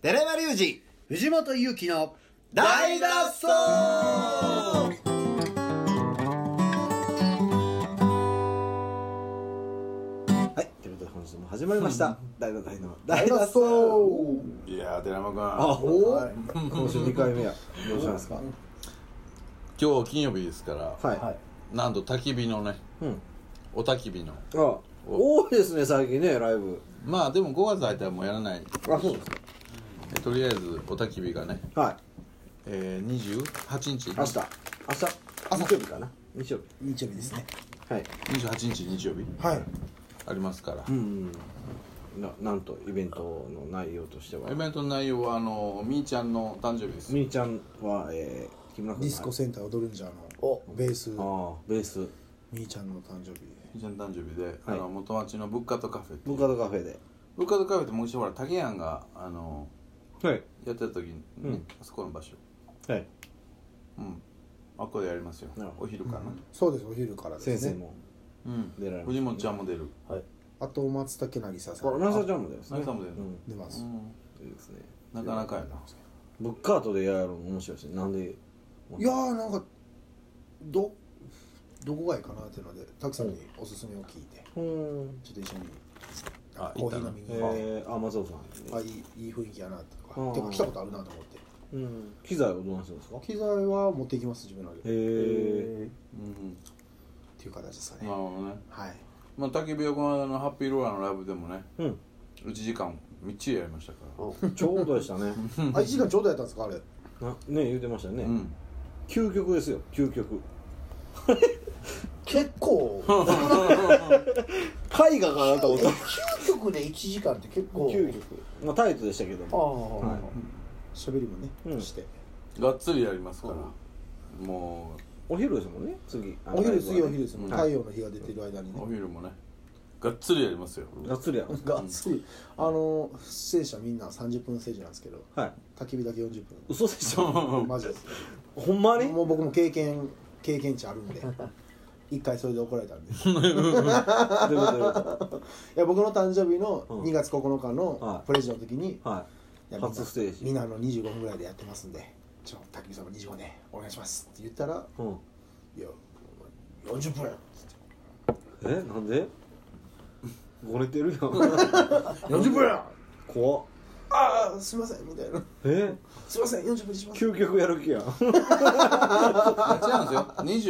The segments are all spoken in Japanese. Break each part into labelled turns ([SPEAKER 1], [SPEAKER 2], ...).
[SPEAKER 1] 寺山隆
[SPEAKER 2] 二藤本勇樹の
[SPEAKER 1] 二大脱走はいということで本日も始まりました「大脱走の大脱走」
[SPEAKER 3] いやー寺山君
[SPEAKER 1] あおー今週2回目やどうしたんですか
[SPEAKER 3] 今日金曜日ですから、
[SPEAKER 1] はい、
[SPEAKER 3] なんと焚き火のね
[SPEAKER 1] うん
[SPEAKER 3] お焚き火の
[SPEAKER 1] あ多いですね最近ねライブ
[SPEAKER 3] まあでも5月入ったらもうやらない
[SPEAKER 1] あそうです
[SPEAKER 3] えとりあえずお焚き火がね、
[SPEAKER 1] かはい
[SPEAKER 3] えー、28日
[SPEAKER 1] 明日明日日曜日かな日曜
[SPEAKER 2] 日曜日ですね
[SPEAKER 1] 日はい
[SPEAKER 3] 28日日曜日
[SPEAKER 2] はい
[SPEAKER 3] ありますから、
[SPEAKER 1] うんななんとイベントの内容としては
[SPEAKER 3] イベントの内容はあのみーちゃんの誕生日です
[SPEAKER 1] みーちゃんは、えー、木村君
[SPEAKER 2] ディスコセンター踊るんじゃのベース
[SPEAKER 1] ああベース
[SPEAKER 2] みーちゃんの誕生日
[SPEAKER 3] みーちゃんの誕生日で、
[SPEAKER 1] はい
[SPEAKER 3] あの元町のブッカとカフェってい
[SPEAKER 1] ブ
[SPEAKER 3] う
[SPEAKER 1] ッカードカフェで
[SPEAKER 3] ブッカとカフェって昔ほら竹谷があの
[SPEAKER 1] はい
[SPEAKER 3] やってた時に、ね
[SPEAKER 1] うん
[SPEAKER 3] あそこの場所
[SPEAKER 1] はい
[SPEAKER 3] うんあっこでやりますよ
[SPEAKER 1] なるほど
[SPEAKER 3] お昼かな
[SPEAKER 2] そうですお昼からですね
[SPEAKER 1] 先生も
[SPEAKER 3] うん、
[SPEAKER 1] 出られます
[SPEAKER 3] 藤本ちゃんも出る
[SPEAKER 1] はい
[SPEAKER 2] あと松竹渚さ
[SPEAKER 1] あ
[SPEAKER 2] ん
[SPEAKER 1] ナイサちゃんもだよね
[SPEAKER 3] 渚もだよね
[SPEAKER 1] う
[SPEAKER 2] 出ます、
[SPEAKER 1] んいいですね
[SPEAKER 3] なかなかやな
[SPEAKER 1] ブッカートでやるの面白いですねなんで
[SPEAKER 2] いやーなんかどどこがいいかなっていうのでたくさんにおすすめを聞いて
[SPEAKER 1] うん
[SPEAKER 2] ちょっと一緒に
[SPEAKER 3] あ
[SPEAKER 2] コーヒー飲みに行って、
[SPEAKER 1] えー、あ松尾さん、
[SPEAKER 2] あいいいい雰囲気やなとか、
[SPEAKER 1] うん
[SPEAKER 2] 結構来たことあるなと思って
[SPEAKER 1] うん機材をどうなしてるんですか
[SPEAKER 2] 機材は持っていきます自分ので、
[SPEAKER 1] へー
[SPEAKER 3] うん
[SPEAKER 2] っていう形ですか
[SPEAKER 3] なる
[SPEAKER 2] ね、
[SPEAKER 3] ほどね
[SPEAKER 2] はい
[SPEAKER 3] まあ焚き火はこの間のハッピーローラーのライブでもね
[SPEAKER 1] うん
[SPEAKER 3] 1時間みっちりやりましたから
[SPEAKER 1] ちょうどでしたね
[SPEAKER 2] あ1時間ちょうどやったんですかあれ
[SPEAKER 1] なね言ってましたよね、
[SPEAKER 3] うん
[SPEAKER 1] 究極ですよ究極
[SPEAKER 4] 結構
[SPEAKER 1] 絵画かなと思った
[SPEAKER 4] 究極で1時間って結構
[SPEAKER 1] 究極まあタイトでしたけど
[SPEAKER 4] あ
[SPEAKER 1] も
[SPEAKER 4] あ、
[SPEAKER 1] は
[SPEAKER 2] 喋りもね、
[SPEAKER 1] うん
[SPEAKER 2] して
[SPEAKER 3] がっつりやりますからも
[SPEAKER 1] お昼ですもんね次あの
[SPEAKER 2] お昼
[SPEAKER 1] ライ
[SPEAKER 2] 次
[SPEAKER 1] ブは
[SPEAKER 2] お
[SPEAKER 1] ね
[SPEAKER 2] 昼ですもん、
[SPEAKER 1] はい
[SPEAKER 2] 太陽の日が出てる間に
[SPEAKER 3] う
[SPEAKER 2] ね
[SPEAKER 3] お昼もねがっつりやりますよ
[SPEAKER 1] がっつりやるんですか
[SPEAKER 2] がっつりあの出演者みんな30分ステージなんですけど
[SPEAKER 1] はい
[SPEAKER 2] 焚き火だけ40
[SPEAKER 1] 嘘でしょ
[SPEAKER 2] 分マジです
[SPEAKER 1] ほんまに
[SPEAKER 2] もう僕も経験経験値あるんで 一回それで怒られたんでい
[SPEAKER 1] どういうことどういうこ
[SPEAKER 2] や僕の誕生日の
[SPEAKER 1] うん
[SPEAKER 2] 2月9日
[SPEAKER 1] は
[SPEAKER 2] の
[SPEAKER 1] い
[SPEAKER 2] プレジの時に
[SPEAKER 1] とはい
[SPEAKER 2] やみんな
[SPEAKER 1] 初ステージ
[SPEAKER 2] みんなあの25分ぐらいでやってますんで「ちょ焚き火様25でお願いします」って言ったら「
[SPEAKER 1] うん
[SPEAKER 2] いや40分や」
[SPEAKER 1] えなんでごねてるやん
[SPEAKER 2] 40分や
[SPEAKER 1] 怖っ
[SPEAKER 2] ああすいません」みたいな
[SPEAKER 1] え
[SPEAKER 2] 「すいません40分にします」
[SPEAKER 1] 究極やる気やん
[SPEAKER 3] 違うんですよ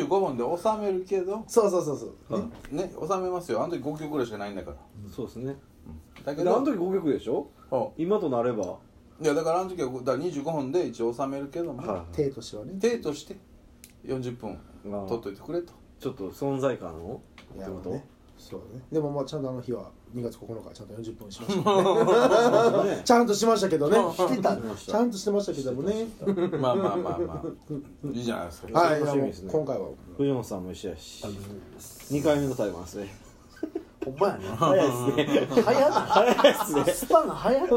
[SPEAKER 3] 25分で収めるけど
[SPEAKER 2] そうそうそうそう、ね
[SPEAKER 3] ね収めますよあの時5曲ぐらいしかないんだから
[SPEAKER 1] そうですね
[SPEAKER 3] だ
[SPEAKER 1] あ
[SPEAKER 3] け
[SPEAKER 1] の
[SPEAKER 3] ど
[SPEAKER 1] 時5曲でしょ
[SPEAKER 3] そ
[SPEAKER 1] 今となれば
[SPEAKER 3] ういやだからあの時はだから25分で一応収めるけども
[SPEAKER 2] 手としてはね
[SPEAKER 3] 手として40分
[SPEAKER 1] まあ
[SPEAKER 3] 取っといてくれと
[SPEAKER 1] ちょっと存在感を
[SPEAKER 2] い
[SPEAKER 1] っ
[SPEAKER 2] や
[SPEAKER 1] て
[SPEAKER 2] ま
[SPEAKER 1] こ
[SPEAKER 2] あ
[SPEAKER 1] と
[SPEAKER 2] ねそうねでもまあちゃんとあの日は2月9日ちゃんと40分しましたけ どね
[SPEAKER 1] ね
[SPEAKER 2] ちゃんとしましたけどね
[SPEAKER 4] してた
[SPEAKER 1] まし
[SPEAKER 2] ちゃんとしてましたけどもね
[SPEAKER 3] まあまあまあまあいいじゃないですか
[SPEAKER 2] はい
[SPEAKER 1] 楽しみ
[SPEAKER 2] もう
[SPEAKER 1] ですね
[SPEAKER 2] 今回は
[SPEAKER 1] 藤本さんも一緒やし2回目の対バンですね
[SPEAKER 4] ほんまやね
[SPEAKER 1] 早いですね
[SPEAKER 4] 早な
[SPEAKER 1] 早いですね
[SPEAKER 4] スパンが早い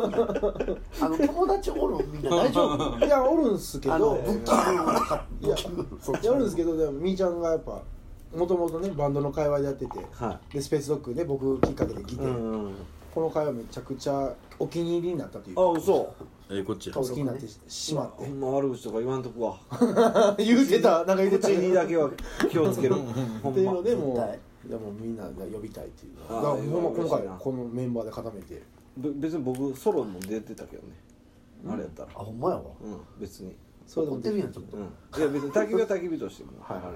[SPEAKER 4] あの友達おるみんな大丈夫
[SPEAKER 2] いやおるんすけ
[SPEAKER 4] あの
[SPEAKER 2] ど
[SPEAKER 4] ブッキングの中
[SPEAKER 2] いやいやおるんすけどでもみーちゃんがやっぱもともとねバンドの界隈でやってて
[SPEAKER 1] は
[SPEAKER 2] でスペースドッグで僕きっかけで来
[SPEAKER 1] い
[SPEAKER 2] て
[SPEAKER 1] うんあ
[SPEAKER 2] この会話めちゃくちゃお気に入りになったというか
[SPEAKER 1] 嘘
[SPEAKER 3] えこっち
[SPEAKER 2] 好きになってしまっ
[SPEAKER 1] ほんま悪口とか言わんとくわ
[SPEAKER 2] て 言うてたなんか言うてた
[SPEAKER 1] 口にだけは気をつけるほ
[SPEAKER 2] って
[SPEAKER 1] ん
[SPEAKER 2] いう
[SPEAKER 1] ま
[SPEAKER 2] のでも
[SPEAKER 4] 絶対
[SPEAKER 2] うでもみんなが呼びたいっていうの
[SPEAKER 1] あー
[SPEAKER 2] だから
[SPEAKER 1] いや
[SPEAKER 2] ほんま今
[SPEAKER 1] 嬉しいな
[SPEAKER 2] 回このメンバーで固めて
[SPEAKER 1] べ別に僕ソロも出てたけどねあれやったら
[SPEAKER 4] あほんまやわ
[SPEAKER 1] うん別に
[SPEAKER 2] それで
[SPEAKER 4] 怒
[SPEAKER 2] も
[SPEAKER 4] ってるやんちょっと
[SPEAKER 1] うんいや別に焚き火は焚き火としても
[SPEAKER 2] はいはいはい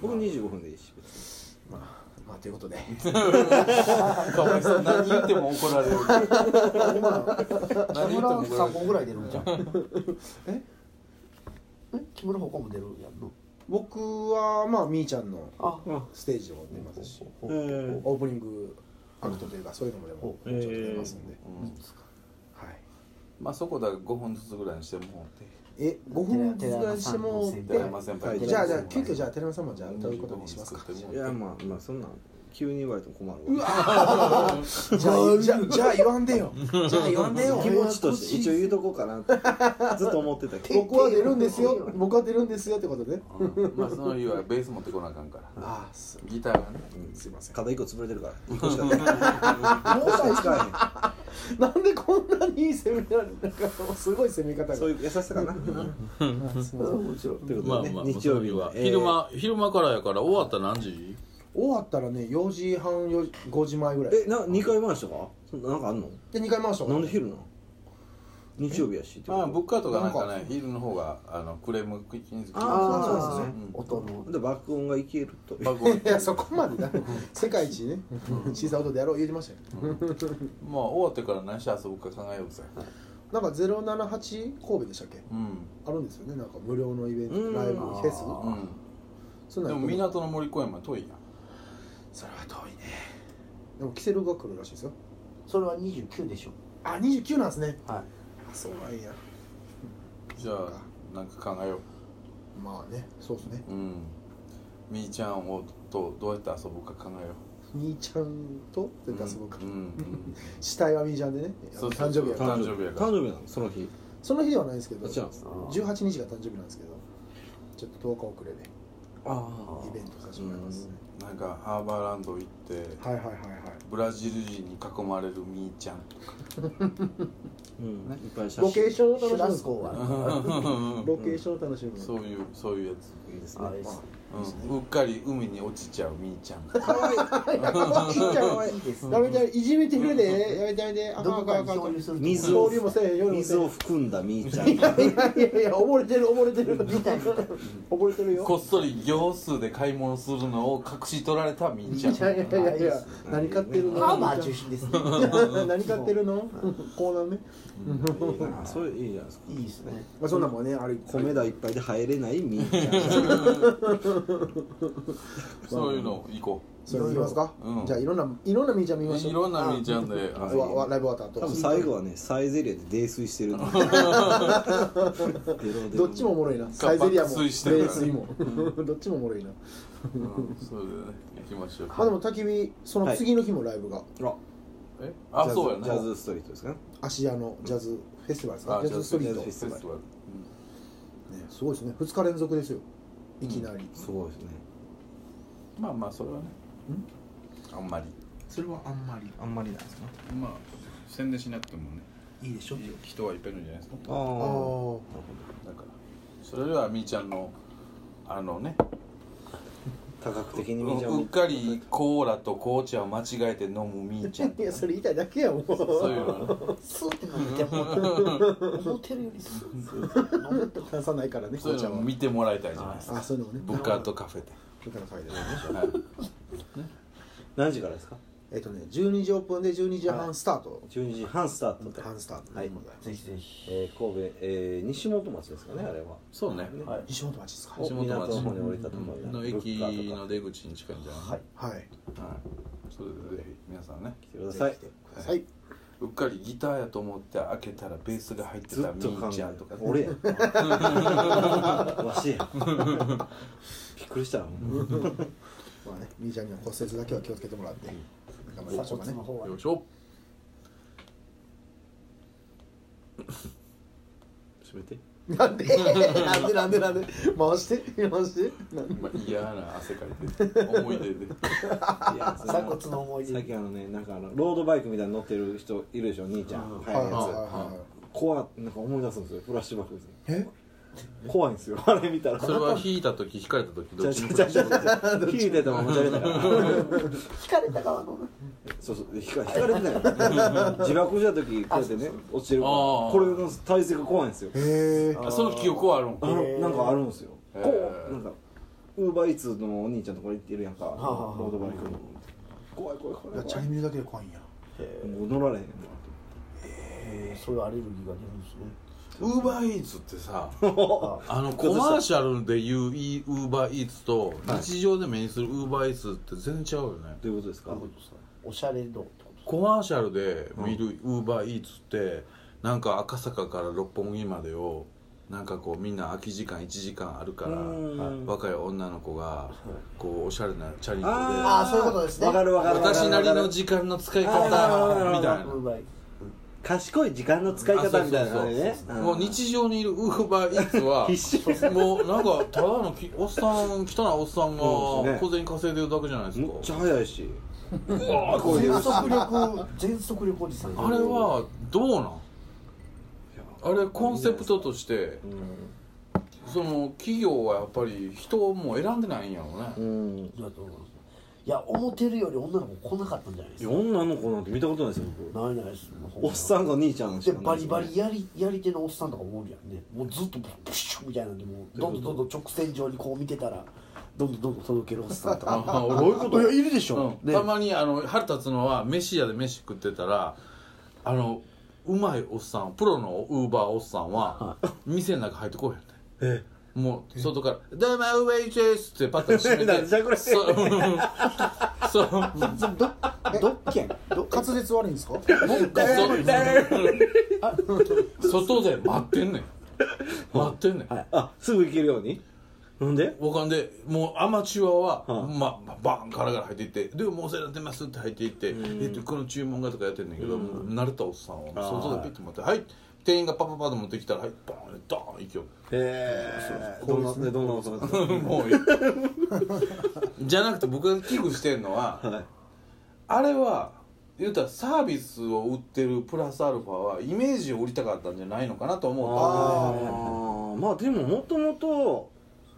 [SPEAKER 1] 僕25分でいいし別
[SPEAKER 2] まあまあということで
[SPEAKER 3] かわいそう何言っても怒られる
[SPEAKER 4] ほんまやわ
[SPEAKER 3] 何
[SPEAKER 4] 木
[SPEAKER 3] 言って
[SPEAKER 4] 村
[SPEAKER 3] も
[SPEAKER 4] 3
[SPEAKER 3] 怒られる
[SPEAKER 4] 本ぐらい出るんじゃんえ木村他も出るやんの
[SPEAKER 2] 僕はまあみーちゃんの
[SPEAKER 4] あ
[SPEAKER 2] ステージを出ますし
[SPEAKER 1] にえ
[SPEAKER 2] オープニングアクトというかそういうのもでもちょっと出ますんで、
[SPEAKER 3] うん
[SPEAKER 2] はい
[SPEAKER 3] まあそこだ5分ずつぐらいにしても
[SPEAKER 2] え5分ずつぐらいにしても
[SPEAKER 3] 寺山さんの先輩
[SPEAKER 2] じゃあじゃあ急遽じゃあ寺山さんもじゃあ歌うことにしますか
[SPEAKER 3] 作っても
[SPEAKER 1] いやまあまあそんなん急に言われても困るわ
[SPEAKER 2] じゃあじゃあじゃあ言わんでよじゃあ言わんでよ
[SPEAKER 1] 気持ちとして一応言うとこうかな ってずっと思ってたけど
[SPEAKER 2] 僕は出るんですよ僕は出るんですよってことね
[SPEAKER 3] うんまあその日はベース持ってこなあかんから
[SPEAKER 2] ああす
[SPEAKER 3] ギターがね
[SPEAKER 1] うん
[SPEAKER 2] いません
[SPEAKER 1] 肩一個潰れて るから一個しかないもう一個しかない
[SPEAKER 2] なんでこんなにいい攻められるのかすごい攻め方が
[SPEAKER 1] そういう優しさかな。
[SPEAKER 2] あすいません
[SPEAKER 4] もちろん
[SPEAKER 1] というこ
[SPEAKER 5] ま
[SPEAKER 1] と
[SPEAKER 5] あ
[SPEAKER 1] でね
[SPEAKER 5] まあ、
[SPEAKER 1] 日曜日
[SPEAKER 5] その
[SPEAKER 1] は
[SPEAKER 5] は、昼間昼間からやから終わったら何時
[SPEAKER 2] 終わったらね4時半4時5時前ぐらい
[SPEAKER 1] えー。え、な二回回したか？そんななんかあんの？
[SPEAKER 2] で2回回した
[SPEAKER 1] なんで昼なの？日曜日やしってこ
[SPEAKER 3] まあ
[SPEAKER 1] と。
[SPEAKER 3] ブックアウトがなんか
[SPEAKER 2] なん
[SPEAKER 3] ね
[SPEAKER 2] か
[SPEAKER 3] 昼の方があのクレーム気に付き
[SPEAKER 1] あーそう
[SPEAKER 4] あ
[SPEAKER 1] ですね
[SPEAKER 4] あ音の
[SPEAKER 1] で爆音がいけると。
[SPEAKER 3] 爆
[SPEAKER 2] いやそこまでだ世界一ね小さい音でやろう言うてましたよ、
[SPEAKER 3] まあ終わってから何して遊ぶか考えようぜ
[SPEAKER 2] なんか078神戸でしたっけ
[SPEAKER 3] うん
[SPEAKER 2] あるんですよねなんか無料のイベント
[SPEAKER 1] うん
[SPEAKER 2] ライブフェス
[SPEAKER 1] あ
[SPEAKER 3] う
[SPEAKER 2] そん
[SPEAKER 3] ん
[SPEAKER 2] な
[SPEAKER 3] で
[SPEAKER 2] ん
[SPEAKER 3] も
[SPEAKER 2] やって
[SPEAKER 3] 港の森公園まで遠いやん
[SPEAKER 2] それは遠いねでもキセルが来るらしいですよ
[SPEAKER 4] それは29でしょ
[SPEAKER 2] あ二29なんですね
[SPEAKER 3] は
[SPEAKER 2] あそうなんや
[SPEAKER 3] じゃあなんか考えよ
[SPEAKER 2] まあねそうですね
[SPEAKER 3] ううんみーちゃんをとどうやって遊ぶか考えよ
[SPEAKER 2] 兄ちゃんと
[SPEAKER 3] う
[SPEAKER 2] 出たすごく
[SPEAKER 3] うんうん
[SPEAKER 2] 死体はみーちゃんでね
[SPEAKER 3] そうそう
[SPEAKER 2] 誕生日やから
[SPEAKER 3] 誕生日やから
[SPEAKER 1] 誕生日なの？その日。
[SPEAKER 2] その日ではないんですけど
[SPEAKER 1] あ違うんです
[SPEAKER 2] 18日が誕生日なんですけどちょっと10日遅れで
[SPEAKER 1] あ
[SPEAKER 2] イベントさせてもらいます
[SPEAKER 3] なんかハーバーランド行って
[SPEAKER 2] はいはいはいはい
[SPEAKER 3] ブラジル人に囲まれるみーちゃんとか
[SPEAKER 1] うん。いっぱい写
[SPEAKER 2] ロケー
[SPEAKER 1] 真。
[SPEAKER 2] ションを楽し
[SPEAKER 4] シュ
[SPEAKER 2] む
[SPEAKER 4] ラスコは
[SPEAKER 2] ロケーションを楽しむ
[SPEAKER 3] そういうそういうやつ
[SPEAKER 1] いいですね
[SPEAKER 4] あ。れです
[SPEAKER 3] うんうっかり海に落ちちゃうみーちゃん
[SPEAKER 2] 可愛い
[SPEAKER 4] いいです
[SPEAKER 2] やめていじめてくれでやめてやめてあかん
[SPEAKER 4] ど
[SPEAKER 2] あ
[SPEAKER 4] こ
[SPEAKER 2] かん
[SPEAKER 4] かに
[SPEAKER 2] あかん
[SPEAKER 4] 漂流する
[SPEAKER 1] 水
[SPEAKER 2] 漂流もせえへん漂流もせ
[SPEAKER 1] 水
[SPEAKER 2] えへん
[SPEAKER 1] を含んだみーちゃんが。
[SPEAKER 2] いやいや溺れてる溺れてる
[SPEAKER 4] みたいな
[SPEAKER 2] 溺れてるよ
[SPEAKER 3] こっそり行数で買い物するのを隠し取られたみー
[SPEAKER 2] い
[SPEAKER 3] ちゃん
[SPEAKER 2] やいやいやいや何買ってるの
[SPEAKER 4] ハーバー中心ですね
[SPEAKER 2] 何買ってるのコーナーね
[SPEAKER 1] いいな それいいじゃないですか。
[SPEAKER 4] いいですね
[SPEAKER 2] まあそんなんもねあれ
[SPEAKER 1] 米田いっぱいで入れないみーち ゃん。
[SPEAKER 3] そういうの行こ
[SPEAKER 2] それ見ますか
[SPEAKER 3] うん
[SPEAKER 2] じゃあいろんないろんなみーちゃん
[SPEAKER 3] う
[SPEAKER 2] 見ましょう
[SPEAKER 3] いろんなみーちゃんで
[SPEAKER 2] あ
[SPEAKER 3] あ
[SPEAKER 2] わわライブ終わった後
[SPEAKER 1] 多分最後はね、サイゼリアで泥酔して る。デロデロ
[SPEAKER 2] どっちもおもろいなサイゼリアも
[SPEAKER 3] 爆睡してる
[SPEAKER 2] レー
[SPEAKER 3] から
[SPEAKER 2] スも どっちもおもろいな
[SPEAKER 3] うんそうだよね行きましょう
[SPEAKER 2] まあでも焚き火その次の日もライブが
[SPEAKER 1] あ
[SPEAKER 3] えあ
[SPEAKER 1] ジャズ
[SPEAKER 3] そうやね
[SPEAKER 1] ジャズストリートですかね。
[SPEAKER 2] 芦屋のジャズフェスティバルですか
[SPEAKER 3] あ
[SPEAKER 2] ジャズストリート
[SPEAKER 1] ジャズ
[SPEAKER 3] フェスティバル
[SPEAKER 2] ねすごいですね2日連続ですよいきなり、
[SPEAKER 1] すごいですね。
[SPEAKER 3] うんまあまあそれはねあんまり
[SPEAKER 2] それはあんまり
[SPEAKER 1] あんまりなんですか。
[SPEAKER 3] まあ宣伝しなくてもね
[SPEAKER 2] いいでしょあ
[SPEAKER 3] 人はいっぱいいるんじゃないですか
[SPEAKER 1] ああ。
[SPEAKER 2] あ
[SPEAKER 3] だからそれではみーちゃんのあのね
[SPEAKER 1] 多角的にみーちゃん
[SPEAKER 3] う
[SPEAKER 1] も
[SPEAKER 3] っかりコーラと紅茶を間違えて飲むみーちゃん
[SPEAKER 2] いやそれ言いたいだけやもん
[SPEAKER 3] そういうのね
[SPEAKER 4] スーって 飲めても思ってるよりスーッて飲むと
[SPEAKER 2] 炭酸ないからね
[SPEAKER 3] そういう
[SPEAKER 2] 紅茶
[SPEAKER 3] のも
[SPEAKER 2] は
[SPEAKER 3] 見てもらいたいじゃないです
[SPEAKER 2] あ
[SPEAKER 3] か
[SPEAKER 2] そういうのもね
[SPEAKER 3] ブックアウトカフェで、
[SPEAKER 2] 僕の会でね
[SPEAKER 3] はい
[SPEAKER 1] 何時からですか
[SPEAKER 2] えっとね12時オープンで12時半スタート、
[SPEAKER 1] 12時半スタートで、
[SPEAKER 2] 半スタート
[SPEAKER 1] はい
[SPEAKER 4] ぜひぜひ
[SPEAKER 1] えー、神戸、えー、西本町ですかねあれは
[SPEAKER 3] そうね、はい
[SPEAKER 2] 西本町ですか
[SPEAKER 1] お
[SPEAKER 3] 西本町
[SPEAKER 1] 港の方に降りたところ
[SPEAKER 3] の駅の出口に近いんじゃない
[SPEAKER 2] はい
[SPEAKER 3] の、はい、それでぜひ皆さんね
[SPEAKER 1] 来てください
[SPEAKER 2] はいう
[SPEAKER 3] っかりギターやと思って開けたらベースが入って
[SPEAKER 1] ずった
[SPEAKER 3] み
[SPEAKER 1] と考
[SPEAKER 3] ー
[SPEAKER 1] え
[SPEAKER 3] ちゃん
[SPEAKER 1] る
[SPEAKER 3] と
[SPEAKER 1] と
[SPEAKER 3] か
[SPEAKER 1] か
[SPEAKER 3] ね
[SPEAKER 1] 俺や わしやびっくり したほんまに
[SPEAKER 2] まあねみーちゃんには骨折だけは気をつけてもらって頑張りましょ
[SPEAKER 4] 鎖
[SPEAKER 2] うか
[SPEAKER 4] 骨の方
[SPEAKER 2] ね
[SPEAKER 4] は
[SPEAKER 3] よいし ょ
[SPEAKER 1] 閉めて
[SPEAKER 2] なんでなんでなんでなんで回して回してなんで
[SPEAKER 3] まあ嫌な汗かいて思い出で
[SPEAKER 1] いや
[SPEAKER 4] 鎖骨の思い
[SPEAKER 1] 最
[SPEAKER 4] 出
[SPEAKER 1] 近あのねなんかあのロードバイクみたいに乗ってる人いるでしょ兄ちゃん
[SPEAKER 2] はい
[SPEAKER 1] 速
[SPEAKER 2] はいい
[SPEAKER 1] や
[SPEAKER 2] はい
[SPEAKER 1] つ
[SPEAKER 2] は
[SPEAKER 1] 怖っなんか思い出すんですよフラッシュバックですね
[SPEAKER 2] いえ
[SPEAKER 1] 怖いんですよあれ見たら
[SPEAKER 3] それは弾いた時弾かれた時ど
[SPEAKER 1] ち
[SPEAKER 3] っ
[SPEAKER 1] ゃ
[SPEAKER 3] ち
[SPEAKER 1] ち
[SPEAKER 3] も
[SPEAKER 1] ゃちゃちゃ聞いてたままじゃれたから
[SPEAKER 4] 引かれた側の
[SPEAKER 1] そうそう引か引かれてないから自爆した時こうやってね落ちてるから
[SPEAKER 3] あー
[SPEAKER 1] これの体勢が怖いんですよ
[SPEAKER 2] へえ
[SPEAKER 3] あその記憶はあるん
[SPEAKER 1] あのなんかあるんですよ
[SPEAKER 3] へ
[SPEAKER 1] こ
[SPEAKER 3] ー
[SPEAKER 1] うなんかウーバーイーツのお兄ちゃんとこ行ってるやんかロ
[SPEAKER 4] はは
[SPEAKER 1] ードバイクの怖い怖い怖い怖い
[SPEAKER 2] チャイムだけで怖いんや
[SPEAKER 1] もう乗られへんも
[SPEAKER 4] えーそういうアレルギーが出るんですね
[SPEAKER 3] ウーバーイーツって
[SPEAKER 4] あ
[SPEAKER 3] さあのコマーシャルで言うウーバーイーツと日常で目にするウーバーイーツって全然違うよね
[SPEAKER 1] どういうことですか
[SPEAKER 4] おしゃれ 度ってこと
[SPEAKER 3] コマーシャルで見るウーバーイーツってなんか赤坂から六本木までをなんかこうみんな空き時間1時間あるか
[SPEAKER 1] う
[SPEAKER 3] ら
[SPEAKER 1] ん
[SPEAKER 3] 若い女の子がこうおしゃれなチャリンコ
[SPEAKER 4] あーそういうことですね
[SPEAKER 1] わかるわかる
[SPEAKER 3] で
[SPEAKER 1] わかる
[SPEAKER 3] 私なりの時間の使い方み
[SPEAKER 1] あー
[SPEAKER 3] たいな
[SPEAKER 4] うまい
[SPEAKER 1] 賢い時間の使い方みたいなね
[SPEAKER 3] あそうそうそうもう日常にいるウーバーイーツは
[SPEAKER 1] 必死
[SPEAKER 3] もうなんかただのきおっさん汚いおっさんが
[SPEAKER 1] そうですね
[SPEAKER 3] 小銭稼いでるだけじゃないです
[SPEAKER 1] め
[SPEAKER 3] か
[SPEAKER 1] っちゃ早いしこういう
[SPEAKER 4] 全速力全速力おじさん
[SPEAKER 3] あれはどうなんあれコンセプトとしてその企業はやっぱり人をもう選んでないんやろうね
[SPEAKER 5] うん
[SPEAKER 4] だと思うんですよいや思ってるより女の子来なかったんじゃないですか
[SPEAKER 1] 女の子なんて見たことないですよ僕
[SPEAKER 4] ないないですもうほんま
[SPEAKER 1] おっさんが兄ちゃんし
[SPEAKER 4] で
[SPEAKER 1] か
[SPEAKER 4] バリバ
[SPEAKER 1] い
[SPEAKER 4] リやりやり手のおっさんとかもおるやんねもうずっとプシュッみたいなんでもうどんどんどんどん直線上にこう見てたらどんどんどんどん届けるおっさんと か
[SPEAKER 3] あ俺
[SPEAKER 4] いやいるでしょ、
[SPEAKER 3] うん
[SPEAKER 4] ね
[SPEAKER 3] たまにあの腹立つのは飯屋で飯食ってたらあのうまいおっさんプロのウーバーおっさんは店の中入ってこうへんねもう外から「どうもウェイチェス」ってパッと閉めて
[SPEAKER 1] なんじゃこれ
[SPEAKER 3] そうそう
[SPEAKER 4] どどどっけんど
[SPEAKER 2] 滑舌悪いんですか
[SPEAKER 3] そ外で待ってんねん待ってんねん、
[SPEAKER 1] あすぐ行けるようになんで
[SPEAKER 3] わかんでもうアマチュアは、
[SPEAKER 1] は
[SPEAKER 3] ままバーンガラガラ入っていって「でもうお世話になってます」って入っていって「えっとこの注文が」とかやってんだけど、もう慣れたおっさんは
[SPEAKER 1] ー
[SPEAKER 3] 外でピッて持って「はい」店員がパパパッと持ってきたら「はい」バーンドーン行く
[SPEAKER 1] へえどんなねどんなおっさんですか
[SPEAKER 3] よもういい じゃなくて僕が危惧してんのは、
[SPEAKER 1] はい
[SPEAKER 3] あれは言うたらサービスを売ってるプラスアルファはイメージを売りたかったんじゃないのかなと思う
[SPEAKER 1] あーまあでももともと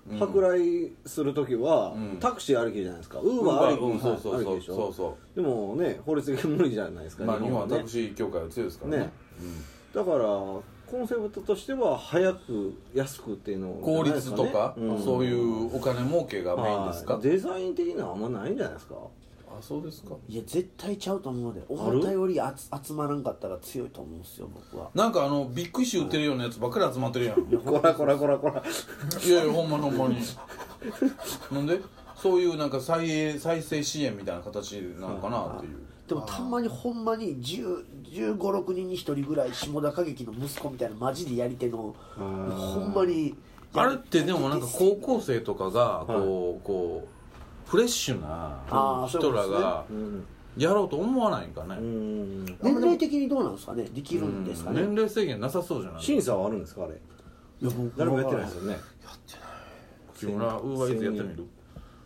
[SPEAKER 1] 舶来する時は、
[SPEAKER 3] うん
[SPEAKER 1] タクシー歩きじゃないですかウー
[SPEAKER 3] ウー
[SPEAKER 1] バ
[SPEAKER 3] バ
[SPEAKER 1] ー
[SPEAKER 3] ーう
[SPEAKER 1] 歩
[SPEAKER 3] ん
[SPEAKER 1] き,、
[SPEAKER 3] そうそう
[SPEAKER 1] 歩
[SPEAKER 3] そ
[SPEAKER 1] き
[SPEAKER 3] う
[SPEAKER 1] でしょ
[SPEAKER 3] そうそ
[SPEAKER 1] でもね法律的に無理じゃないです
[SPEAKER 3] う
[SPEAKER 1] か、
[SPEAKER 3] まあ日本は
[SPEAKER 1] ね
[SPEAKER 3] タクシー業界が強いですからね
[SPEAKER 1] ねだからコンセプトとしては早く安くっていうの
[SPEAKER 3] 効率とか、そういうお金儲けがメイン
[SPEAKER 1] 面
[SPEAKER 3] ですか
[SPEAKER 1] デザイン的なのはあんまないんじゃないですか
[SPEAKER 3] あそうですか
[SPEAKER 4] いや絶対ちゃうと思うで思ったより集集まらんかったら強いと思うんですよ僕は
[SPEAKER 3] なんかあのビッグイシュ売ってるようなやつばっかり集まってるやん
[SPEAKER 1] こらこらこらこら
[SPEAKER 3] いやいやほんまにほんまになんでそういうなんか再営再生支援みたいな形なのかなっていう
[SPEAKER 4] でもたまにほんまに1 5 6人に1人ぐらい下田歌劇の息子みたいなマジでやり手のほんまに
[SPEAKER 3] あれってでもなんか高校生とかがこう、こうフレッシュな
[SPEAKER 4] あーそうい
[SPEAKER 3] 人
[SPEAKER 4] うこと
[SPEAKER 3] ら
[SPEAKER 4] ですね
[SPEAKER 3] が
[SPEAKER 1] うん
[SPEAKER 3] やろうと思わないんかね、
[SPEAKER 1] うん
[SPEAKER 4] 年齢的にどうなんですかねできるんですかね
[SPEAKER 3] 年齢制限なさそうじゃない
[SPEAKER 1] 審査はあるんですかあれ
[SPEAKER 4] いや僕
[SPEAKER 1] 誰もやってないですよね
[SPEAKER 3] 木村ウーバーイーツやってみる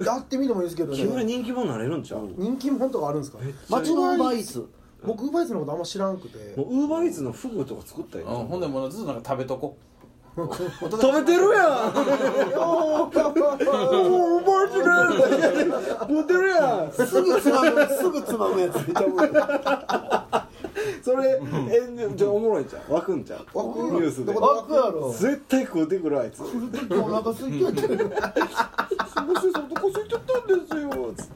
[SPEAKER 2] やってみてもいいですけど
[SPEAKER 1] 木村
[SPEAKER 2] ね
[SPEAKER 1] 人気者になれるんちゃう、
[SPEAKER 2] 人気者とかあるんですか
[SPEAKER 4] 町のバイス
[SPEAKER 2] 僕ウーバーイーツのことあんま知らんくて
[SPEAKER 1] もうウーバーイーツの服とか作ったり
[SPEAKER 3] うん、ほんでもうずっとなんか食べとこ
[SPEAKER 1] 食べてるやん
[SPEAKER 2] おー
[SPEAKER 1] もう覚えてないモテるやん
[SPEAKER 4] すぐつまむすぐつまむやつめっちゃおもろい
[SPEAKER 1] それえじゃあおもろいんちゃう湧くんちゃう
[SPEAKER 2] 湧く
[SPEAKER 1] ニュースで
[SPEAKER 2] どこ湧くやろ
[SPEAKER 1] 絶対食うてくるあいつ
[SPEAKER 4] お腹すいてる
[SPEAKER 1] すみません、そのとこ空いちゃったんですよ。つっ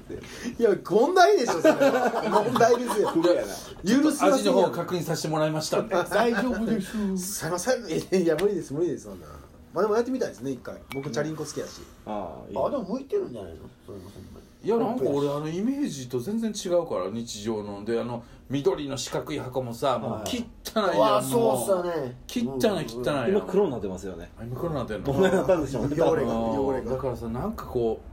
[SPEAKER 1] て。
[SPEAKER 2] いや問題でしょそれは問題ですよ
[SPEAKER 1] クロやな。
[SPEAKER 3] う
[SPEAKER 2] 許す
[SPEAKER 3] 味の方を確認させてもらいましたんで
[SPEAKER 4] 大丈夫です
[SPEAKER 2] すいませんいやいや無理です無理ですそんなまあでもやってみたいですね一回僕チャリンコ好きやし
[SPEAKER 1] ああ、いい
[SPEAKER 4] あでも向いてるんじゃないのそれもほんまに
[SPEAKER 3] いやなんか俺あのイメージと全然違うから日常のであの緑の四角い箱もさもう汚いやん
[SPEAKER 4] うわ
[SPEAKER 3] も
[SPEAKER 4] そうっすよね
[SPEAKER 3] 汚い汚いやん
[SPEAKER 1] 今黒になってますよね。
[SPEAKER 3] あ今黒なってんの
[SPEAKER 1] こんななった んでしょうね。
[SPEAKER 2] 汚れ
[SPEAKER 3] あ
[SPEAKER 2] が
[SPEAKER 3] ー
[SPEAKER 2] 汚れ
[SPEAKER 3] だ
[SPEAKER 2] が
[SPEAKER 3] からさなんかこう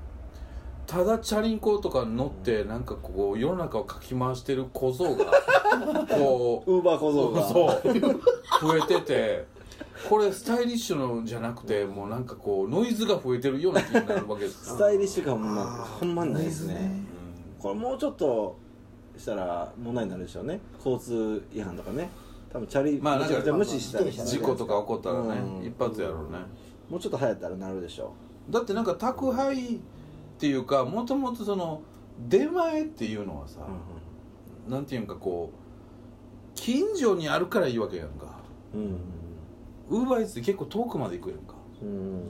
[SPEAKER 3] ただチャリンコとか乗ってなんかこう世の中をかき回してる小僧がこう
[SPEAKER 1] ウーバー小僧が。
[SPEAKER 3] そう増えててこれスタイリッシュのじゃなくてもうなんかこうノイズが増えてるような気になるわけです
[SPEAKER 1] スタイリッシュ感もまあほんまにないですね。これもうちょっとしたら問題になるでしょうね。交通違反とかね。多分チャリ
[SPEAKER 3] まあ
[SPEAKER 1] めちゃくちゃ無視したり
[SPEAKER 3] 事故とか起こったらね、
[SPEAKER 1] うん
[SPEAKER 3] 一発やろうね
[SPEAKER 1] もうちょっと流行ったらなるでしょ
[SPEAKER 3] だってなんか宅配っていうかもともとその出前っていうのはさ、
[SPEAKER 1] う。
[SPEAKER 3] なんていうんかこう近所にあるからいいわけやんか
[SPEAKER 1] うん。
[SPEAKER 3] ウーバーイーツって結構遠くまで行くやんか
[SPEAKER 1] うん。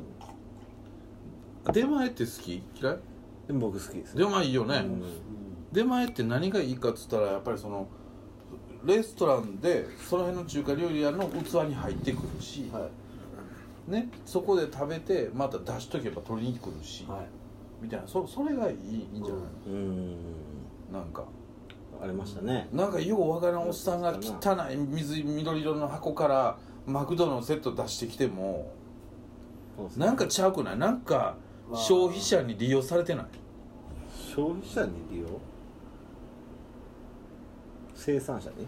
[SPEAKER 3] 出前って好き嫌い
[SPEAKER 1] でも僕好きです。
[SPEAKER 3] 出前いいよね、
[SPEAKER 1] うん
[SPEAKER 3] 出前って何がいいかっつったらやっぱりそのレストランでその辺の中華料理屋の器に入ってくるし、
[SPEAKER 4] は
[SPEAKER 3] ね、そこで食べてまた出しとけば取りに来るし、
[SPEAKER 4] いはい
[SPEAKER 3] みたいなそそれがいいいいんじゃない、
[SPEAKER 1] うん。
[SPEAKER 3] なんか
[SPEAKER 1] ありましたね。
[SPEAKER 3] なんかようわからんおっさんが汚い水緑色の箱からマクドのセット出してきても
[SPEAKER 1] そうですね
[SPEAKER 3] なんかちゃうくないなんか
[SPEAKER 4] まあ
[SPEAKER 3] 消費者に利用されてない
[SPEAKER 1] 消費者に利用生産者に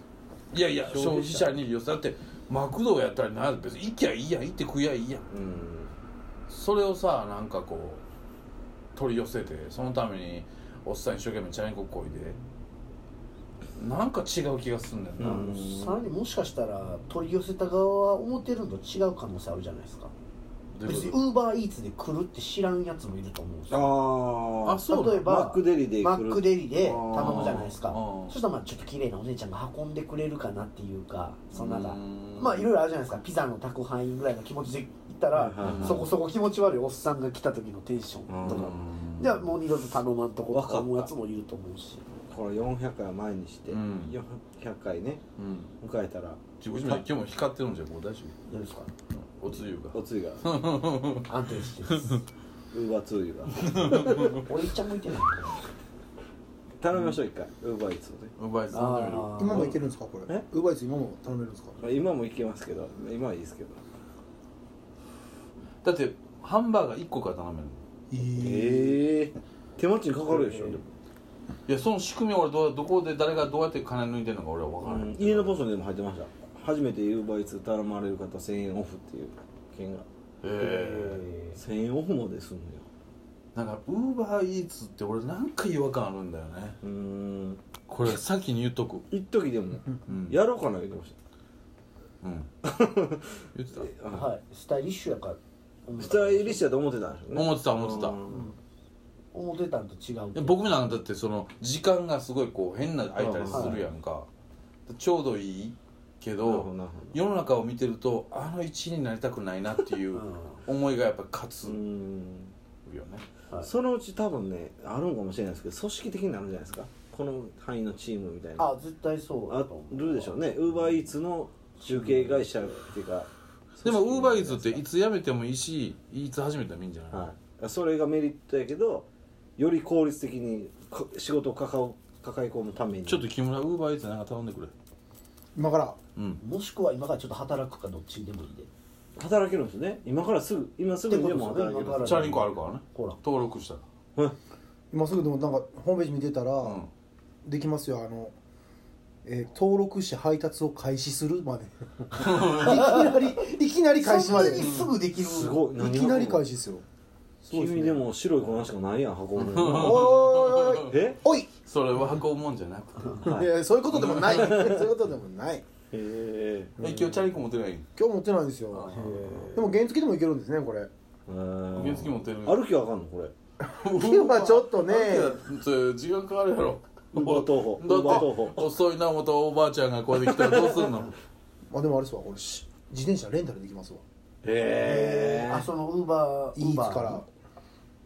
[SPEAKER 3] いやいや消
[SPEAKER 1] 消
[SPEAKER 3] 費
[SPEAKER 1] 費者
[SPEAKER 3] 者に利用されてマクドやったら何や別に行きゃいいやん行って食いやいいやん
[SPEAKER 1] うん
[SPEAKER 3] それをさなんかこう取り寄せてそのためにおっさん一生懸命チャリンコこいでなんか違う気がすんねんな、
[SPEAKER 1] うん
[SPEAKER 4] さらにもしかしたら取り寄せた側は思ってるのと違う可能性あるじゃないですか
[SPEAKER 3] どういう
[SPEAKER 4] 別に
[SPEAKER 3] こと
[SPEAKER 4] ウーバーイーツで来るって知らんやつもいると思うんですよ
[SPEAKER 1] ああ
[SPEAKER 3] あそうなの
[SPEAKER 4] 例えば
[SPEAKER 1] マックデリで
[SPEAKER 4] マ
[SPEAKER 1] 来る
[SPEAKER 4] ックデリで
[SPEAKER 1] あー
[SPEAKER 4] 頼むじゃないですか
[SPEAKER 3] あー
[SPEAKER 4] そしたらまあちょっと綺麗なお姉ちゃんが運んでくれるかなっていうかそんな
[SPEAKER 3] う
[SPEAKER 4] が
[SPEAKER 3] ん
[SPEAKER 4] まあいろいろあるじゃないですかピザの宅配ぐらいの気持ちで行ったら
[SPEAKER 1] はいはいはい
[SPEAKER 4] そこそこ気持ち悪いおっさんが来た時のテンションとか
[SPEAKER 3] うん
[SPEAKER 4] じゃあもう二度と頼まんとことか思うやつもいると思うし
[SPEAKER 1] これ400回を前にして、
[SPEAKER 3] うん
[SPEAKER 1] 400回ね
[SPEAKER 3] うん
[SPEAKER 1] 迎えたら
[SPEAKER 3] 自分自身今日も光ってるんじゃんもう大丈
[SPEAKER 4] 何ですか
[SPEAKER 3] 夫おつゆが
[SPEAKER 1] おつゆが
[SPEAKER 4] 安定してます
[SPEAKER 1] ウーバーツーユが
[SPEAKER 4] 俺いっちゃん向いてない
[SPEAKER 1] 頼みましょう一回ウーバーイーツをね
[SPEAKER 3] うまいっすね
[SPEAKER 4] あー
[SPEAKER 2] 今もいけるんですかこれ
[SPEAKER 1] え
[SPEAKER 2] ウーバーイーツ今も頼めるんですか
[SPEAKER 1] まあ今も行けますけど今はいいですけど
[SPEAKER 3] だってハンバーガー1個から頼めるの
[SPEAKER 1] ええ手持ちにかかるでしょ、
[SPEAKER 4] えー
[SPEAKER 1] でも
[SPEAKER 3] いやその仕組みは俺どうどこで誰がどうやって金抜いてるのか俺は分から
[SPEAKER 1] う
[SPEAKER 3] ない、
[SPEAKER 1] ん家のポストにでも入ってました初めてウーバーイーツ頼まれる方1000円オフっていう券が
[SPEAKER 3] え
[SPEAKER 1] 1000円オフもですんのよ
[SPEAKER 3] えなんかウーバーイーツって俺なんか違和感あるんだよね
[SPEAKER 1] うーん
[SPEAKER 3] これ先に言っとく
[SPEAKER 1] 一時でも
[SPEAKER 3] うん
[SPEAKER 1] やろうかな言ってまし
[SPEAKER 3] うん 言ってた
[SPEAKER 1] た、はい
[SPEAKER 4] はいスタイリッシュやから思
[SPEAKER 1] スタイリッシュだと思ってたんでしょうね
[SPEAKER 3] 思ってた思ってた
[SPEAKER 1] うん
[SPEAKER 4] 思ってたんと違うけど
[SPEAKER 3] 僕なんかだってその時間がすごいこう変な空いたりするやんか、ちょうどいいけ
[SPEAKER 1] なるほど
[SPEAKER 3] ど
[SPEAKER 1] なるほど
[SPEAKER 3] 世の中を見てるとあの一位になりたくないなっていううん思いがやっぱ勝つ
[SPEAKER 1] うーん
[SPEAKER 3] よね、
[SPEAKER 4] はい
[SPEAKER 1] そのうち多分ねあるんかもしれないですけど組織的になるんじゃないですかこの範囲のチームみたいな
[SPEAKER 4] あ絶対そう
[SPEAKER 1] あるでしょうねウーバーイーツの中継会社っていうか
[SPEAKER 3] でもウーバーイー
[SPEAKER 1] 組
[SPEAKER 3] ツっ
[SPEAKER 1] 織
[SPEAKER 3] て
[SPEAKER 1] みた
[SPEAKER 3] いつ辞めてもいいしいつ始めてもいいんじゃない、
[SPEAKER 1] なはい、それがメリットやけどより効率的にこ仕事を抱お抱え込むために
[SPEAKER 3] ちょっと木村ウーバーイーツなんか頼んでくれ
[SPEAKER 2] 今から
[SPEAKER 3] うん
[SPEAKER 4] もしくは今からちょっと働くかどっちでもいいで
[SPEAKER 1] 働けるんですね今からすぐ今すぐにでも働ける
[SPEAKER 4] ってことです
[SPEAKER 3] チ
[SPEAKER 4] よ
[SPEAKER 3] ャ
[SPEAKER 4] ね
[SPEAKER 3] リンコあるからね
[SPEAKER 4] ほら
[SPEAKER 3] 登録したら
[SPEAKER 2] 今すぐでもなんかホームページ見てたら、
[SPEAKER 3] うん
[SPEAKER 2] できますよあの、えー登録して配達を開始す るまでいきなりいきなり開始まで
[SPEAKER 4] そんなにすぐできる
[SPEAKER 1] すごい
[SPEAKER 2] いきなり開始ですよ
[SPEAKER 1] 君でも白い粉しかないやん運ぶ
[SPEAKER 2] おい
[SPEAKER 1] の
[SPEAKER 2] おい
[SPEAKER 1] え
[SPEAKER 2] おいおい
[SPEAKER 3] それは運ぶもんじゃなくて
[SPEAKER 2] おいいやそういうことでもないそういうことでもない
[SPEAKER 1] へえ
[SPEAKER 3] え今日チャリンコ持ってない
[SPEAKER 2] 今日持ってないんですよでも原付でもいけるんですねこれ
[SPEAKER 3] 原付持ってる
[SPEAKER 1] 歩きはあかんのこれ
[SPEAKER 2] 今はちょっとね
[SPEAKER 3] なんでそれ時間かかるやろ
[SPEAKER 1] ウーバー東宝
[SPEAKER 3] だ
[SPEAKER 1] ウーバー東
[SPEAKER 3] って遅いなもとおばあちゃんがこれで来たらどうす んの
[SPEAKER 2] あでもあれですわこれし自転車レンタルできますわ
[SPEAKER 1] へえ
[SPEAKER 4] あそのウーバー
[SPEAKER 2] いいつから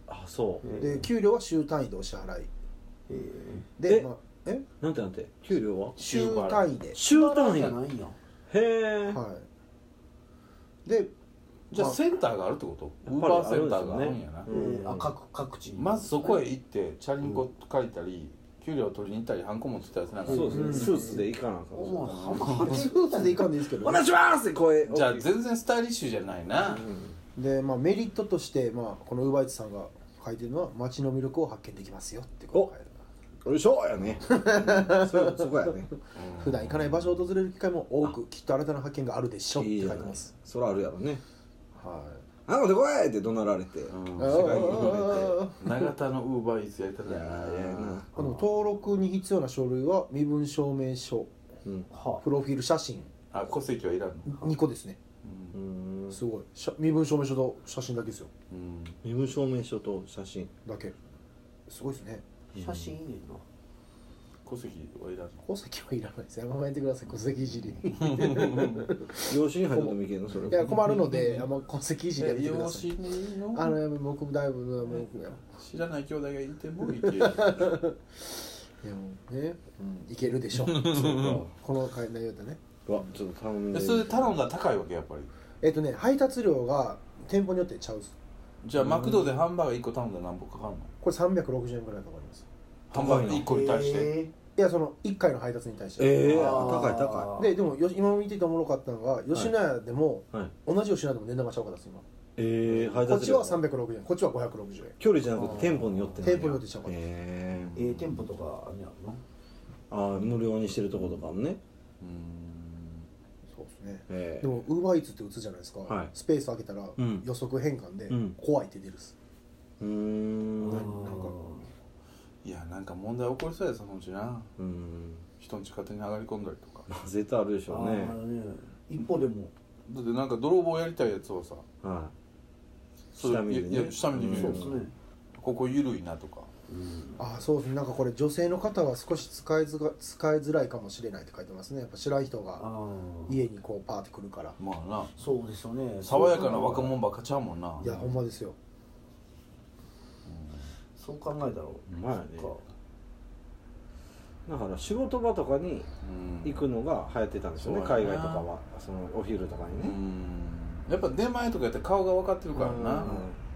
[SPEAKER 1] あそう
[SPEAKER 2] で給料は週単位でお支払い
[SPEAKER 1] え
[SPEAKER 2] でまあえ
[SPEAKER 1] なんてなんて給料は
[SPEAKER 2] 週単位で
[SPEAKER 1] 週単位
[SPEAKER 4] じゃないよ
[SPEAKER 1] へえ
[SPEAKER 2] はいで
[SPEAKER 3] じゃあ
[SPEAKER 2] まあ
[SPEAKER 3] センターがあるってことウー
[SPEAKER 1] ぱり
[SPEAKER 3] バーセンターがあるんやな
[SPEAKER 1] あるんですよねうん
[SPEAKER 4] あ各各地に
[SPEAKER 3] まずそこへ行ってチャリンコ借りたり給料取りに行ったりハンコ持ってきたりせなあかん
[SPEAKER 1] そうですね、
[SPEAKER 2] うん
[SPEAKER 1] スーツでいかなあかん
[SPEAKER 4] もうハ
[SPEAKER 2] スーツでいかんでいいですけど
[SPEAKER 1] お願いしますって声
[SPEAKER 3] じゃあ全然スタイリッシュじゃないな
[SPEAKER 2] で、まあ、メリットとして、まあ、このウーバーイーツさんが書いてるのは街の魅力を発見できますよってこう書いてあ
[SPEAKER 1] よいしょや ねそそこやね
[SPEAKER 2] る普段行かない場所を訪れる機会も多くきっと新たな発見があるでしょうって書いてます
[SPEAKER 1] そらあるやろね
[SPEAKER 2] は
[SPEAKER 1] あんでこいって怒鳴られて
[SPEAKER 2] い
[SPEAKER 3] うん
[SPEAKER 2] あー
[SPEAKER 3] 永田のウーバーイーツやりたく
[SPEAKER 1] いや
[SPEAKER 3] ないな
[SPEAKER 1] ーええな
[SPEAKER 2] この登録に必要な書類は身分証明書
[SPEAKER 1] うん
[SPEAKER 4] は
[SPEAKER 2] プロフィール写真
[SPEAKER 3] あ戸籍はいらんの
[SPEAKER 2] 2個ですね
[SPEAKER 1] うん
[SPEAKER 2] すごい写身分証明書と写真だけですよ
[SPEAKER 3] うん
[SPEAKER 1] 身分証明書と写真
[SPEAKER 2] だけすごいですね
[SPEAKER 4] 写真いいねんな
[SPEAKER 3] 戸籍はいらんの
[SPEAKER 2] 戸籍はいらないですやめてください戸籍いじりい
[SPEAKER 1] 養子に入るともいけんのそれ
[SPEAKER 2] や困るのであんま戸籍いじりやめてくだ
[SPEAKER 3] 養
[SPEAKER 2] さ
[SPEAKER 3] 子
[SPEAKER 2] い
[SPEAKER 3] にいいの
[SPEAKER 2] あのやめ僕だいぶもう
[SPEAKER 3] 知らない兄弟がいてもいけ る
[SPEAKER 2] いやもうね、いけるでしょうこの内容だね
[SPEAKER 1] うわちょっと頼ん
[SPEAKER 3] え
[SPEAKER 1] で
[SPEAKER 3] それで頼んだら高いわけやっぱり
[SPEAKER 2] えっとね配達料が店舗によってちゃうっす
[SPEAKER 3] じゃあマクドでハンバーガー1個頼んだら何本かかるの
[SPEAKER 2] これ360円ぐらいかかります
[SPEAKER 3] ハンバーガー1個に対して
[SPEAKER 4] え
[SPEAKER 2] いやその1回の配達に対して、
[SPEAKER 1] ええ
[SPEAKER 4] あー
[SPEAKER 1] 高い高
[SPEAKER 2] ででもよ今見てておもろかったのが吉野家でも、
[SPEAKER 1] い、はい、
[SPEAKER 2] 同じ吉野家でも値段がちゃうからです今
[SPEAKER 1] ええ配
[SPEAKER 2] こっ
[SPEAKER 1] 達
[SPEAKER 2] ち
[SPEAKER 1] 料
[SPEAKER 2] は360円こっちは560円
[SPEAKER 1] 距離じゃなくて店舗によって
[SPEAKER 2] 店舗によってちゃうから
[SPEAKER 1] ええ
[SPEAKER 4] ええ店舗とかあんねやろな
[SPEAKER 1] ああ無料にしてるとことかもね
[SPEAKER 2] そうですね
[SPEAKER 1] ええ
[SPEAKER 2] でもウーバーイーツって打つじゃないですか、
[SPEAKER 1] はい
[SPEAKER 2] スペース開けたら
[SPEAKER 1] ん
[SPEAKER 2] 予測変換で
[SPEAKER 1] うん
[SPEAKER 2] 怖いって出るっす、
[SPEAKER 1] うーん
[SPEAKER 4] な
[SPEAKER 1] うん
[SPEAKER 4] か
[SPEAKER 3] いやなんか問題起こりそうやそのうちな
[SPEAKER 1] ーん
[SPEAKER 3] 人んち勝手に上がり込んだりとか
[SPEAKER 1] 絶対あるでしょうね
[SPEAKER 4] あーね一方でも
[SPEAKER 3] だってなんか泥棒やりたいやつをさ
[SPEAKER 1] はい
[SPEAKER 3] そう
[SPEAKER 1] 下見でね
[SPEAKER 3] いやいや下見で見る
[SPEAKER 4] そう
[SPEAKER 3] よ
[SPEAKER 4] ですね
[SPEAKER 3] ここ緩いなとか
[SPEAKER 2] ああそうですねなんかこれ女性の方は少し使いづが使いづらいかもしれないって書いてますねやっぱ知らん人
[SPEAKER 4] あ
[SPEAKER 2] が
[SPEAKER 4] あ
[SPEAKER 2] 家にこうパーって来るから
[SPEAKER 3] まあな
[SPEAKER 4] そうですよね
[SPEAKER 3] 爽やかな若者ばっかちゃうもんない
[SPEAKER 2] やほんまですよ
[SPEAKER 4] そう考えたら
[SPEAKER 1] まあねだから仕事場とかに
[SPEAKER 3] うん
[SPEAKER 1] 行くのが流行ってたんですよね
[SPEAKER 3] そうやな
[SPEAKER 1] 海外とかはそのお昼とかに
[SPEAKER 3] う
[SPEAKER 1] ね
[SPEAKER 3] んやっぱ出前とかやって顔が分かってるからな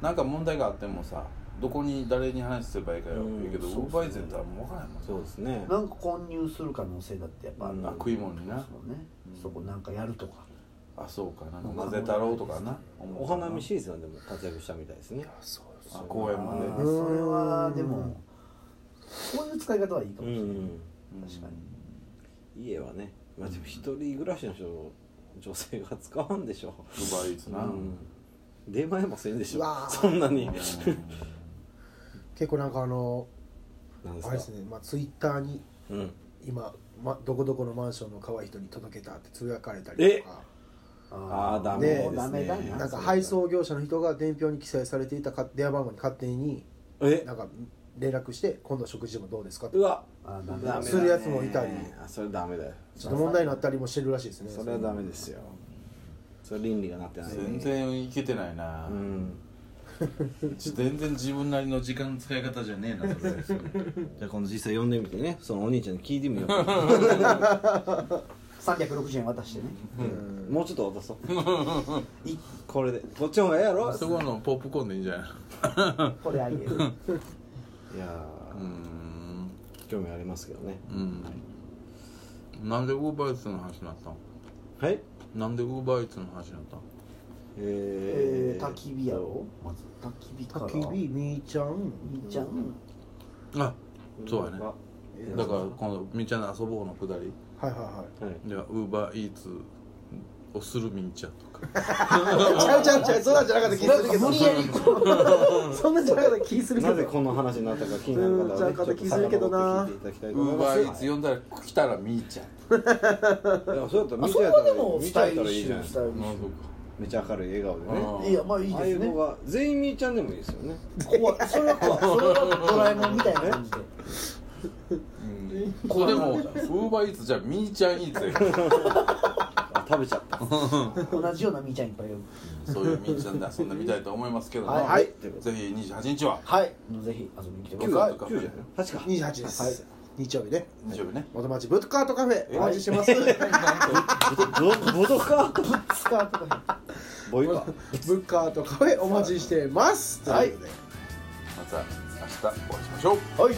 [SPEAKER 3] なんか問題があってもさどこに誰に話すればいいかよ
[SPEAKER 1] うん
[SPEAKER 3] 言うけどウ
[SPEAKER 4] そう
[SPEAKER 3] ー
[SPEAKER 4] そう
[SPEAKER 3] バーイーツやったらもう分からないもん
[SPEAKER 1] そうですね
[SPEAKER 4] なんか混入する可能性だってやっぱある
[SPEAKER 1] うん
[SPEAKER 3] あ食い物にな
[SPEAKER 4] そうねそこなんかやるとか
[SPEAKER 3] あそうかなんか混ぜ太郎とかな
[SPEAKER 1] お花見シーズンでも活躍したみたいですね
[SPEAKER 2] そうです
[SPEAKER 3] あ公園
[SPEAKER 4] あ
[SPEAKER 3] もね
[SPEAKER 4] ーそれはでもこういう使い方はいいかもし
[SPEAKER 1] う
[SPEAKER 4] れない
[SPEAKER 1] ん
[SPEAKER 4] 確かに
[SPEAKER 1] 家はねまあでも一人暮らしの人女性が使わんでしょ
[SPEAKER 3] ウーバーイーツ
[SPEAKER 1] う
[SPEAKER 3] な、
[SPEAKER 1] ん出前もせんでし
[SPEAKER 2] う
[SPEAKER 1] ょ
[SPEAKER 2] わー
[SPEAKER 1] そんなに
[SPEAKER 2] 結構なんかあの
[SPEAKER 1] なんです
[SPEAKER 2] あ
[SPEAKER 1] か
[SPEAKER 2] れですね、まあ、ツイッターに
[SPEAKER 1] うん
[SPEAKER 2] 今、ま、どこどこのマンションの可愛い人に届けたってつぶやかれたりとか
[SPEAKER 1] ああダメ
[SPEAKER 2] ね
[SPEAKER 1] ですね
[SPEAKER 4] ダメだね
[SPEAKER 2] なんか配送業者の人が伝票に記載されていたか電話番号に勝手に
[SPEAKER 1] え
[SPEAKER 2] なんか連絡して今度食事でもどうですかって
[SPEAKER 1] うわ
[SPEAKER 4] あーダメ
[SPEAKER 1] ダメだね
[SPEAKER 2] するやつもいたり
[SPEAKER 1] あそれダメだよ
[SPEAKER 2] ちょっと問題になったりもしてるらしいですね
[SPEAKER 1] それはダメですよそれ倫理がなってないね
[SPEAKER 3] 全然いけてないな、
[SPEAKER 1] うん
[SPEAKER 3] 全然自分なりの時間使い方じゃねえ なそ
[SPEAKER 1] じ
[SPEAKER 3] れ
[SPEAKER 1] ゃあ今度実際呼んでみてねそのお兄ちゃんに聞いてみよう
[SPEAKER 4] 360円渡してね
[SPEAKER 1] うんもうちょっと渡そう いこれでこっちの方がええやろ
[SPEAKER 3] そこのポップコーンでいいんじゃない
[SPEAKER 4] これあげる
[SPEAKER 1] いや
[SPEAKER 3] うーん
[SPEAKER 1] ー興味ありますけどね
[SPEAKER 3] うんなんでウーバーイーツの話になったん
[SPEAKER 1] はい
[SPEAKER 3] なんでウーバーイーツの話になったん
[SPEAKER 1] え
[SPEAKER 4] えー焚き火やろまず焚き火から
[SPEAKER 2] 焚き火みーちゃん
[SPEAKER 4] みーちゃん
[SPEAKER 3] あそうやね
[SPEAKER 1] は
[SPEAKER 3] だから今度みーちゃんの遊ぼうのくだり
[SPEAKER 2] はいはいはい
[SPEAKER 1] い
[SPEAKER 3] ではウーバーイーツをするみーちゃんとか
[SPEAKER 2] ちゃうちゃうちゃうそんなんじゃなかった気するけど無理やりそんなんじゃなかった気するけ
[SPEAKER 1] なぜ
[SPEAKER 2] ど
[SPEAKER 1] この話になったか気になる方はね
[SPEAKER 2] うんちゃん方気づいてるけどな
[SPEAKER 1] ちょっと遡って聞いていただきた
[SPEAKER 3] ウ
[SPEAKER 1] いと思い
[SPEAKER 3] ー
[SPEAKER 1] ます
[SPEAKER 3] バーイーツ呼んだら来たらみーちゃん
[SPEAKER 1] でもそうやったら
[SPEAKER 4] あ
[SPEAKER 1] 見
[SPEAKER 4] そ
[SPEAKER 1] ち
[SPEAKER 4] こ
[SPEAKER 1] ゃった
[SPEAKER 4] で
[SPEAKER 1] ら
[SPEAKER 4] も
[SPEAKER 1] 見
[SPEAKER 4] ス
[SPEAKER 1] ちゃ
[SPEAKER 4] タ
[SPEAKER 1] っ
[SPEAKER 4] イ
[SPEAKER 1] た
[SPEAKER 4] リ
[SPEAKER 1] ら
[SPEAKER 4] ッ
[SPEAKER 1] いい
[SPEAKER 4] シ
[SPEAKER 1] じゃ
[SPEAKER 4] ュ
[SPEAKER 1] ない
[SPEAKER 4] スタイリッシ
[SPEAKER 3] あそうか
[SPEAKER 1] めっちゃ明るい笑顔でね
[SPEAKER 3] あ
[SPEAKER 4] ュいやまあいい
[SPEAKER 1] ああ
[SPEAKER 4] で
[SPEAKER 1] い
[SPEAKER 4] す
[SPEAKER 1] う
[SPEAKER 4] ね
[SPEAKER 1] 子が全員みーちゃんでもいいですよね
[SPEAKER 4] 怖いそれは怖いそれはドラえもんみたいな感じで
[SPEAKER 3] これでもウーバーイーツじゃあみーちゃんイーツや
[SPEAKER 1] あ食べちゃった
[SPEAKER 4] 同じようなみーちゃんいっぱい呼ぶ
[SPEAKER 3] そういうみーちゃんで遊んでみたいと思いますけども、
[SPEAKER 4] はい
[SPEAKER 1] はい
[SPEAKER 3] ぜひ28日は
[SPEAKER 4] はいぜひ遊びに来てく
[SPEAKER 1] 9
[SPEAKER 4] ださい
[SPEAKER 1] か9じゃない確か
[SPEAKER 2] 28です、
[SPEAKER 4] はい
[SPEAKER 2] 日曜日ね
[SPEAKER 3] 日曜日ね
[SPEAKER 2] 元町ブッドカートカフェお待ちしてます、
[SPEAKER 1] ボボドか
[SPEAKER 4] スカートが
[SPEAKER 1] ボイか
[SPEAKER 2] ブッカートカフェお待ちしてます
[SPEAKER 4] はい
[SPEAKER 2] ということで
[SPEAKER 3] また明日お会いしましょう
[SPEAKER 4] はい
[SPEAKER 3] というこ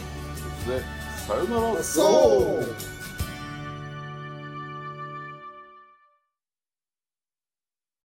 [SPEAKER 3] とでさよなら
[SPEAKER 2] そう